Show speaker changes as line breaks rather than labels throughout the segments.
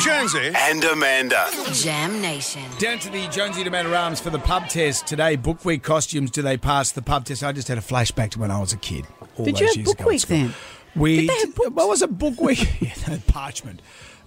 Jonesy and Amanda.
Jam Nation.
Down to the Jonesy to Manor Arms for the pub test today. Book week costumes. Do they pass the pub test? I just had a flashback to when I was a kid. all
Did
those
you have
years
book
ago at
week
school.
then?
We
Did they have books?
Well, it was a book week. yeah, they had parchment.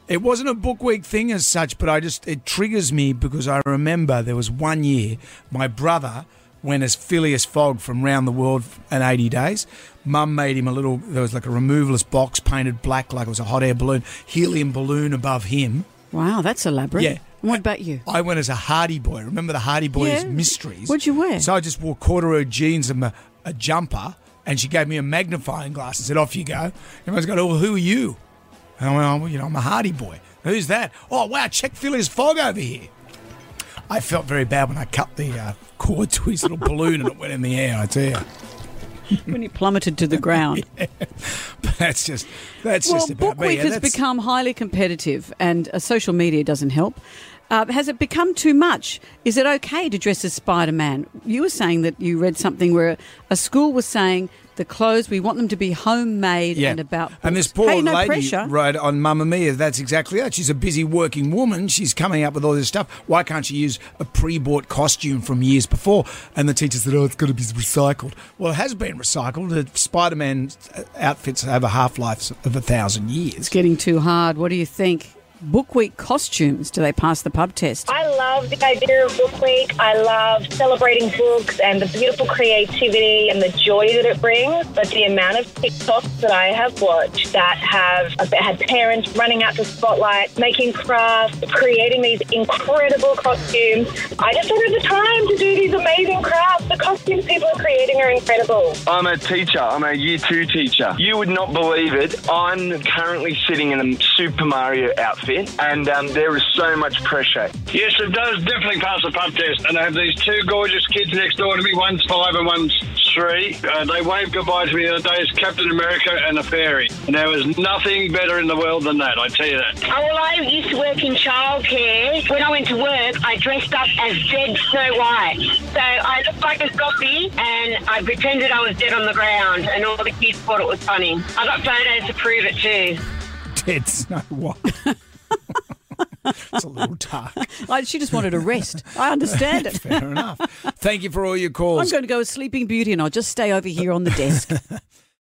It wasn't a book week thing as such, but I just it triggers me because I remember there was one year my brother went as Phileas Fogg from Round the World in 80 days. Mum made him a little. There was like a removalist box painted black, like it was a hot air balloon, helium balloon above him.
Wow, that's elaborate.
Yeah.
And What about you?
I went as a Hardy Boy. Remember the Hardy Boys
Yeah.
mysteries?
What'd you wear?
So I just wore corduroy jeans and a, a jumper, and she gave me a magnifying glass and said, "Off you go." Everyone's going, "Oh, well, who are you?" And I went, "Oh, well, you know, I'm a Hardy Boy." Who's that? Oh, wow, check Philly's fog over here. I felt very bad when I cut the uh, cord to his little balloon and it went in the air. I tell you,
When you plummeted to the ground.
but that's just that's
well,
just about
Book
me.
Week
and
has
that's-
become highly competitive, and uh, social media doesn't help. Uh, has it become too much? Is it okay to dress as Spider Man? You were saying that you read something where a school was saying the clothes we want them to be homemade and about. Books.
And this poor
hey, no
lady
pressure.
right on Mamma Mia. That's exactly it. She's a busy working woman. She's coming up with all this stuff. Why can't she use a pre-bought costume from years before? And the teacher said, "Oh, it's got to be recycled." Well, it has been recycled. The Spider-Man uh, outfits have a half life of a thousand years.
It's getting too hard. What do you think? Book Week costumes? Do they pass the pub test?
I love the idea of Book Week. I love celebrating books and the beautiful creativity and the joy that it brings. But the amount of TikToks that I have watched that have that had parents running out to spotlight, making crafts, creating these incredible costumes. I just don't have the time to do these amazing crafts. The costumes people are creating are incredible.
I'm a teacher. I'm a year two teacher. You would not believe it. I'm currently sitting in a Super Mario outfit, and um, there is so much pressure.
Yes, it does definitely pass the pub test. And I have these two gorgeous kids next door to me. One's five and one's three. Uh, they waved goodbye to me the other day as Captain America and a fairy. And there is nothing better in the world than that, I tell you that.
Oh, well, I used to work in childcare. When I went to work, I dressed up as dead Snow White. So I looked like a zombie and I pretended I was dead on the ground, and all the kids thought it was funny. I got photos to prove it too.
Dead Snow White. it's a little dark.
I, she just wanted a rest. I understand it.
Fair enough. Thank you for all your calls.
I'm going to go as Sleeping Beauty and I'll just stay over here on the desk.